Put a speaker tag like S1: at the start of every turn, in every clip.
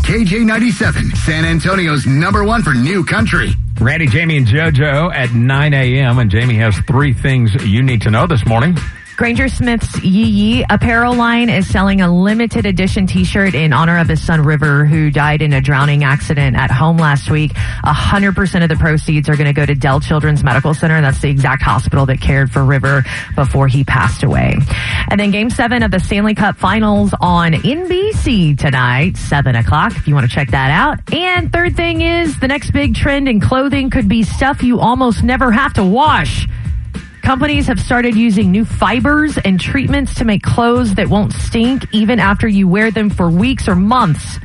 S1: KJ97, San Antonio's number one for new country.
S2: Randy, Jamie, and JoJo at 9 a.m. And Jamie has three things you need to know this morning.
S3: Granger Smith's Yee Yee apparel line is selling a limited edition t-shirt in honor of his son River, who died in a drowning accident at home last week. 100% of the proceeds are going to go to Dell Children's Medical Center. That's the exact hospital that cared for River before he passed away. And then game seven of the Stanley Cup finals on NBC tonight, seven o'clock, if you want to check that out. And third thing is the next big trend in clothing could be stuff you almost never have to wash. Companies have started using new fibers and treatments to make clothes that won't stink even after you wear them for weeks or months.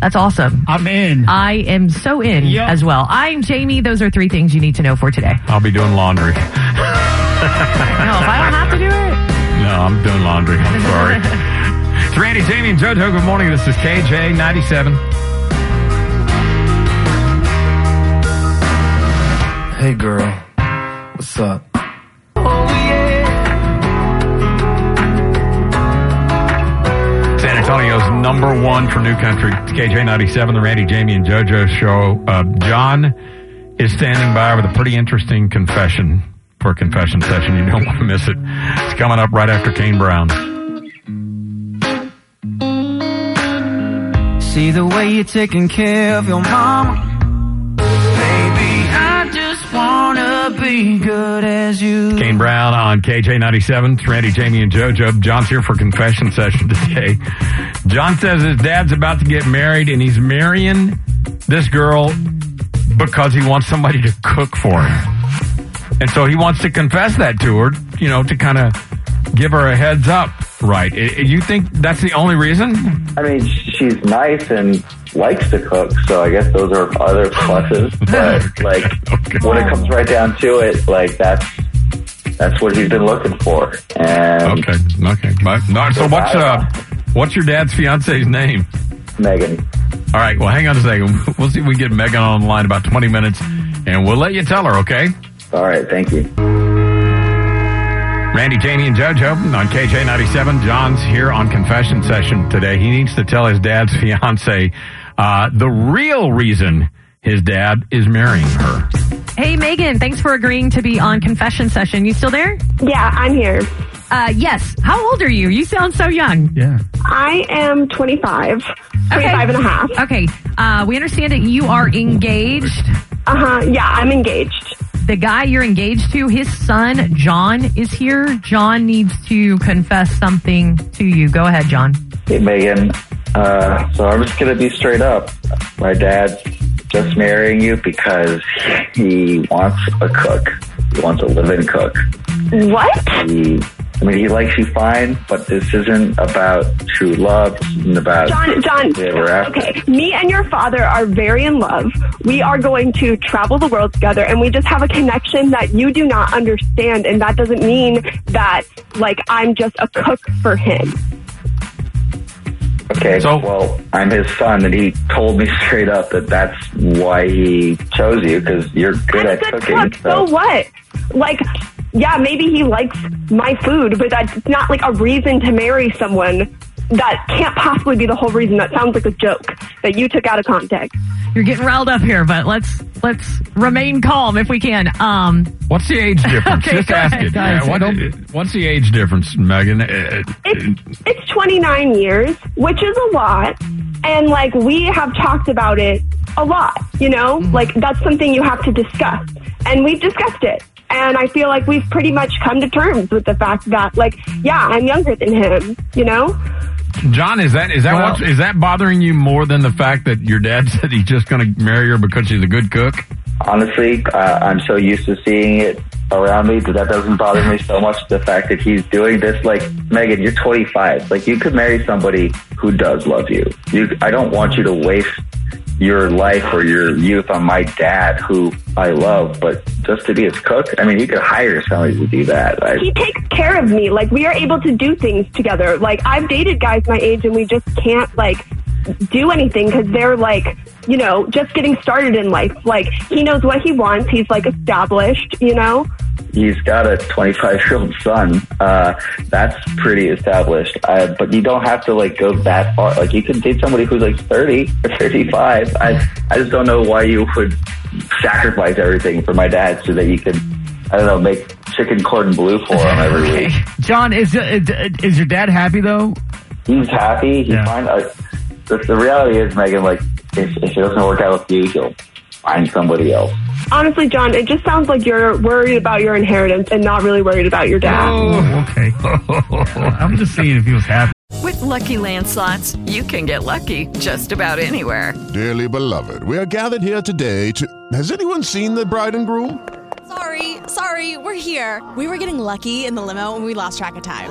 S3: That's awesome.
S4: I'm in.
S2: Uh,
S3: I am so in
S4: Yep.
S3: as well. I'm Jamie. Those are three things you need to know for today.
S2: I'll be doing laundry. no,
S3: No, if I don't have to do it,
S2: I'm doing laundry. I'm sorry. it's Randy, Jamie, and JoJo. Good morning. This is KJ97.
S5: Hey girl, what's up?
S2: San Antonio's number one for new country. It's KJ97, the Randy, Jamie, and JoJo show. Uh, John is standing by with a pretty interesting confession for a confession session. You don't want to miss it. It's coming up right after Kane Brown.
S4: See the way you're taking care of your mama. Baby, I just wanna be good as you.
S2: Kane Brown on KJ97. It's Randy, Jamie, and JoJo. John's here for confession session today. John says his dad's about to get married and he's marrying this girl because he wants somebody to cook for him. And so he wants to confess that to her, you know, to kind of give her a heads up. Right. I- I- You think that's the only reason?
S6: I mean, she's nice and likes to cook, so I guess those are other pluses. But like, when it comes right down to it, like that's that's what he's been looking for. And
S2: Okay. Okay. But, no, so what's, uh, what's your dad's fiance's name?
S6: Megan,
S2: All right. Well, hang on a second. We'll see if we get Megan online in about 20 minutes and we'll let you tell her, okay?
S6: all right, thank you.
S2: Randy, Jamie, and JoJo on KJ97. John's here on confession session today. He needs to tell his dad's fiance uh, the real reason his dad is marrying her.
S3: hey Megan, thanks for agreeing to be on confession session. You still there?
S7: Yeah, I'm here.
S3: Uh, yes. How old are you? You sound so young.
S4: Yeah.
S7: I am 25. 25 and a half.
S3: Okay. Uh, we understand that you are engaged.
S7: Uh huh. Yeah, I'm engaged.
S3: the guy you're engaged to, his son, John, is here. John needs to confess something to you. Go ahead, John.
S6: Hey, Megan. Uh, so I'm just gonna be straight up. My dad's just marrying you because he wants a cook. He wants a live-in cook.
S7: What?
S6: He, I mean, he likes you fine, but this isn't about true love. This isn't about
S7: John, John.
S6: happily ever after.
S7: Okay. Me and your father are very in love. We are going to travel the world together, and we just have a connection that you do not understand. And that doesn't mean that, like, I'm just a cook for him.
S6: Okay, well, I'm his son, and he told me straight up that that's why he chose you because you're good at
S7: Good
S6: cooking.
S7: cook. So what? Like, yeah, maybe he likes my food, but that's not like a reason to marry someone. That can't possibly be the whole reason. That sounds like a joke that you took out of context.
S3: You're getting riled up here, but let's let's remain calm if we can. Um,
S2: What's the age difference?
S3: Okay,
S2: Just
S3: go
S2: ask
S3: ahead.
S2: it.
S3: Guys,
S2: Yeah, what- what's the age difference, Megan? Uh,
S7: It's it's 29 years, which is a lot, and like we have talked about it a lot. You know, like that's something you have to discuss, and we've discussed it. And I feel like we've pretty much come to terms with the fact that, like, yeah, I'm younger than him. You know,
S2: John, is that is that what is that bothering you more than the fact that your dad said he's just going to marry her because she's a good cook?
S6: Honestly, uh, I'm so used to seeing it around me that doesn't bother me so much. The fact that he's doing this, like Megan, you're 25. Like you could marry somebody who does love you. You, I don't want you to waste your life or your youth on my dad, who I love, but just to be his cook. I mean, you could hire somebody to do that. I,
S7: He takes care of me. Like we are able to do things together. Like I've dated guys my age and we just can't like do anything because they're like, you know, just getting started in life. Like he knows what he wants. He's like established, you know?
S6: he's got a 25 year old son. Uh, that's pretty established. Uh, but you don't have to like go that far. Like you could date somebody who's like 30 or 35. I, I just don't know why you would sacrifice everything for my dad so that you could, I don't know, make chicken cordon bleu for him every week.
S8: John, is uh, is your dad happy though?
S6: He's happy. He's fine. Uh, the, the reality is, Megan, like if, if it doesn't work out with you, he'll find somebody else.
S7: Honestly, John, it just sounds like you're worried about your inheritance and not really worried about your dad.
S2: Oh.
S8: Oh, Okay. I'm just seeing if he was happy.
S9: With Lucky Land slots, you can get lucky just about anywhere.
S10: Dearly beloved, we are gathered here today to. Has anyone seen the bride and groom?
S11: Sorry, sorry, we're here. We were getting lucky in the limo and we lost track of time.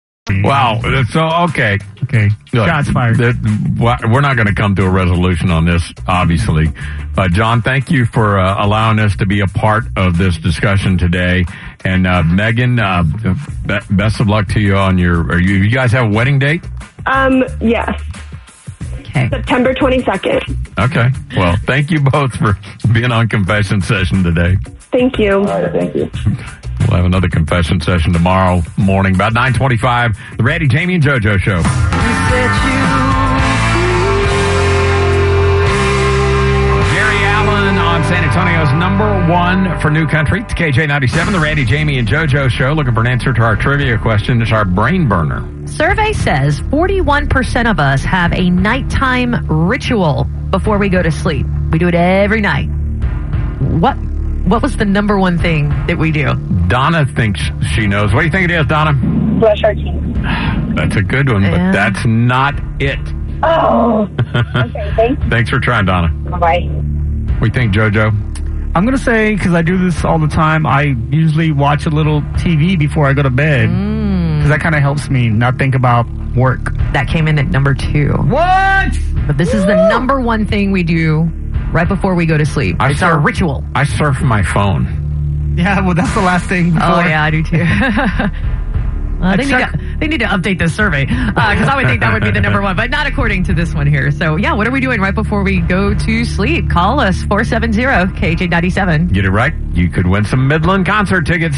S2: Wow. So okay, okay.
S8: Shots fired.
S2: we're not going to come to a resolution on this, obviously. Uh, John, thank you for uh, allowing us to be a part of this discussion today. And uh, Megan, uh, be- best of luck to you on your. Are you, you guys have a wedding date?
S7: Um, yes. September 22nd.
S2: Okay. Well, thank you both for being on confession session today.
S7: Thank you.
S6: thank you.
S2: We'll have another confession session tomorrow morning about nine twenty-five. The Randy, Jamie, and JoJo show. Gary Allen on San Antonio's number one for New Country. It's KJ97, the Randy, Jamie, and JoJo show. Looking for an answer to our trivia question. It's our brain burner.
S3: Survey says 41% of us have a nighttime ritual before we go to sleep. We do it every night. What what was the number one thing that we do?
S2: Donna thinks she knows. What do you think it is, Donna?
S7: Brush our teeth.
S2: That's a good one, but that's not it.
S7: Oh.
S2: thanks. for trying, Donna.
S7: Bye.
S2: What do you think, JoJo?
S8: I'm gonna say because I do this all the time. I usually watch a little TV before I go to bed because that kind of helps me not think about work.
S3: That came in at number two.
S8: What?
S3: But this is the number one thing we do right before we go to sleep. it's our
S2: surf-
S3: ritual.
S2: I surf my phone.
S8: Yeah, well, that's the last thing. Before.
S3: Oh yeah, I do too. Uh, they, need
S8: check-
S3: to, they need to update this survey because I would think that would be the number one, but not according to this one here. So, yeah, what are we doing right before we go to sleep? Call us 470 KJ97.
S2: Get it right, you could win some Midland concert tickets.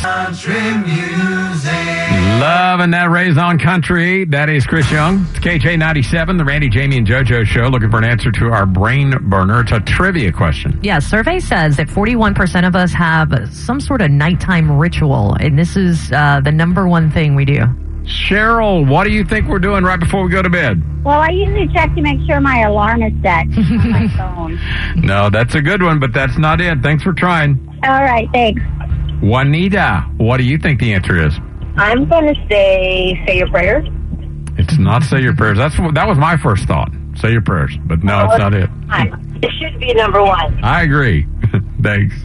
S2: Loving that raise on country. That is Chris Young. It's KJ97, the Randy, Jamie, and JoJo show. Looking for an answer to our brain burner. It's a trivia question.
S3: Yeah, survey says that 41% of us have some sort of nighttime ritual, and this is uh, the number one thing we do.
S2: Cheryl, what do you think we're doing right before we go to bed?
S12: Well, I usually check to make sure my alarm is set on my phone.
S2: No, that's a good one, but that's not it. Thanks for trying.
S12: All right, thanks.
S2: Juanita, what do you think the answer is?
S13: I'm going to say, say your prayers.
S2: It's not say your prayers. That's that was my first thought. Say your prayers, but no, it's not it.
S13: It should be number one.
S2: I agree. Thanks.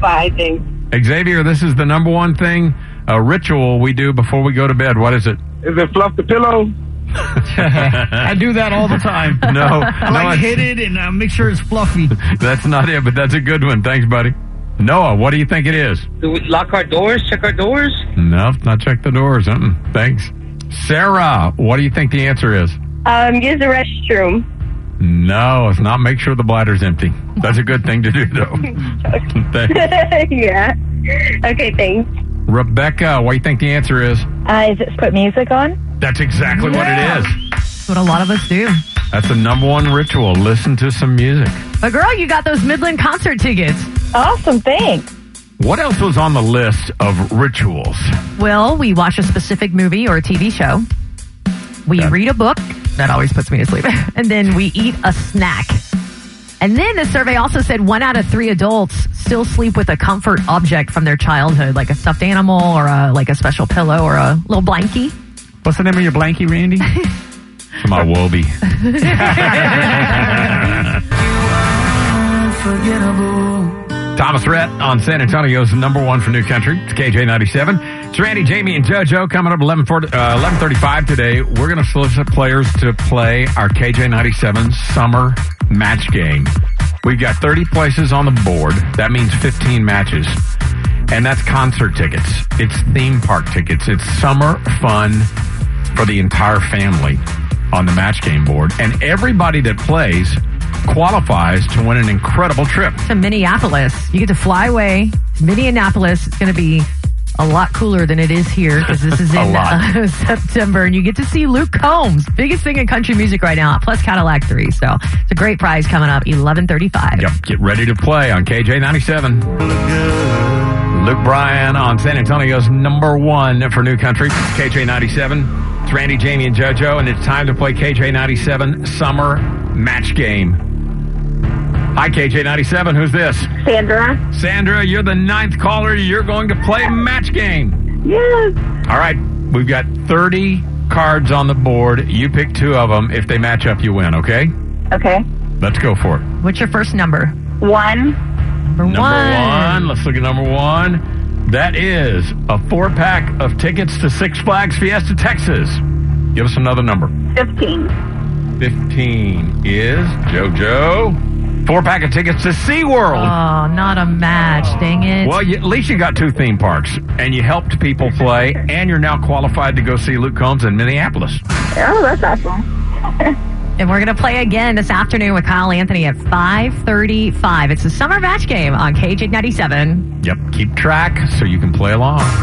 S13: Bye, thanks.
S2: Xavier, this is the number one thing, a ritual we do before we go to bed. What is it?
S14: Is it fluff the pillow?
S8: I do that all the time.
S2: No,
S8: I
S2: no,
S8: like
S2: it's-
S8: hit it and uh, make sure it's fluffy.
S2: That's not it, but that's a good one. Thanks, buddy. Noah, what do you think it is?
S15: Do we lock our doors? Check our doors?
S2: No, not check the doors. Uh-uh. Thanks. Sarah, what do you think the answer is?
S13: Um, use the restroom.
S2: No, it's not make sure the bladder's empty. That's a good thing to do, though. Thanks.
S13: yeah. Okay, thanks.
S2: Rebecca, what do you think the answer is?
S13: Uh, is it put music on?
S2: That's exactly what it is.
S3: That's what a lot of us do.
S2: That's the number one ritual. Listen to some music.
S3: But, girl, you got those Midland concert tickets.
S13: Awesome, thanks.
S2: What else was on the list of rituals?
S3: Well, we watch a specific movie or a TV show. We read a book. That always puts me to sleep. and then we eat a snack. And then the survey also said one out of three adults still sleep with a comfort object from their childhood, like a stuffed animal or a, like a special pillow or a little blankie.
S8: What's the name of your blankie, Randy?
S2: My Wobie. Thomas Rhett on San Antonio's number one for New Country. It's KJ97. It's Randy, Jamie, and JoJo coming up 11, 40, uh, 1135 today. We're going to solicit players to play our KJ97 summer match game. We've got 30 places on the board. That means 15 matches. And that's concert tickets. It's theme park tickets. It's summer fun for the entire family on the match game board. And everybody that plays qualifies to win an incredible trip.
S3: To Minneapolis. You get to fly away to Minneapolis. It's going to be a lot cooler than it is here because this is
S2: A
S3: in
S2: lot.
S3: uh, September. And you get to see Luke Combs, biggest thing in country music right now, plus Cadillac 3. So it's a great prize coming up, 1135.
S2: Yep. Get ready to play on KJ97. Luke Bryan on San Antonio's number one for New Country, KJ97. It's Randy, Jamie, and JoJo, and it's time to play KJ97 Summer Match Game. Hi, KJ97. Who's this?
S13: Sandra.
S2: Sandra, you're the ninth caller. You're going to play Match Game.
S13: Yes.
S2: All right. We've got 30 cards on the board. You pick two of them. If they match up, you win, okay?
S13: Okay.
S2: Let's go for it.
S3: What's your first number?
S13: One.
S3: Number,
S2: Number
S3: one.
S2: one. Let's look at number one. That is a four pack of tickets to Six Flags Fiesta, Texas. Give us another number.
S13: Fifteen.
S2: 15 is JoJo. Four pack of tickets to SeaWorld.
S3: Oh, not a match. Dang it.
S2: well, you, at least you got two theme parks and you helped people play, and you're now qualified to go see Luke Combs in Minneapolis.
S13: Oh, that's awesome.
S3: And we're going to play again this afternoon with Kyle Anthony at 535. It's the summer match game on KJ97.
S2: Yep, keep track so you can play along.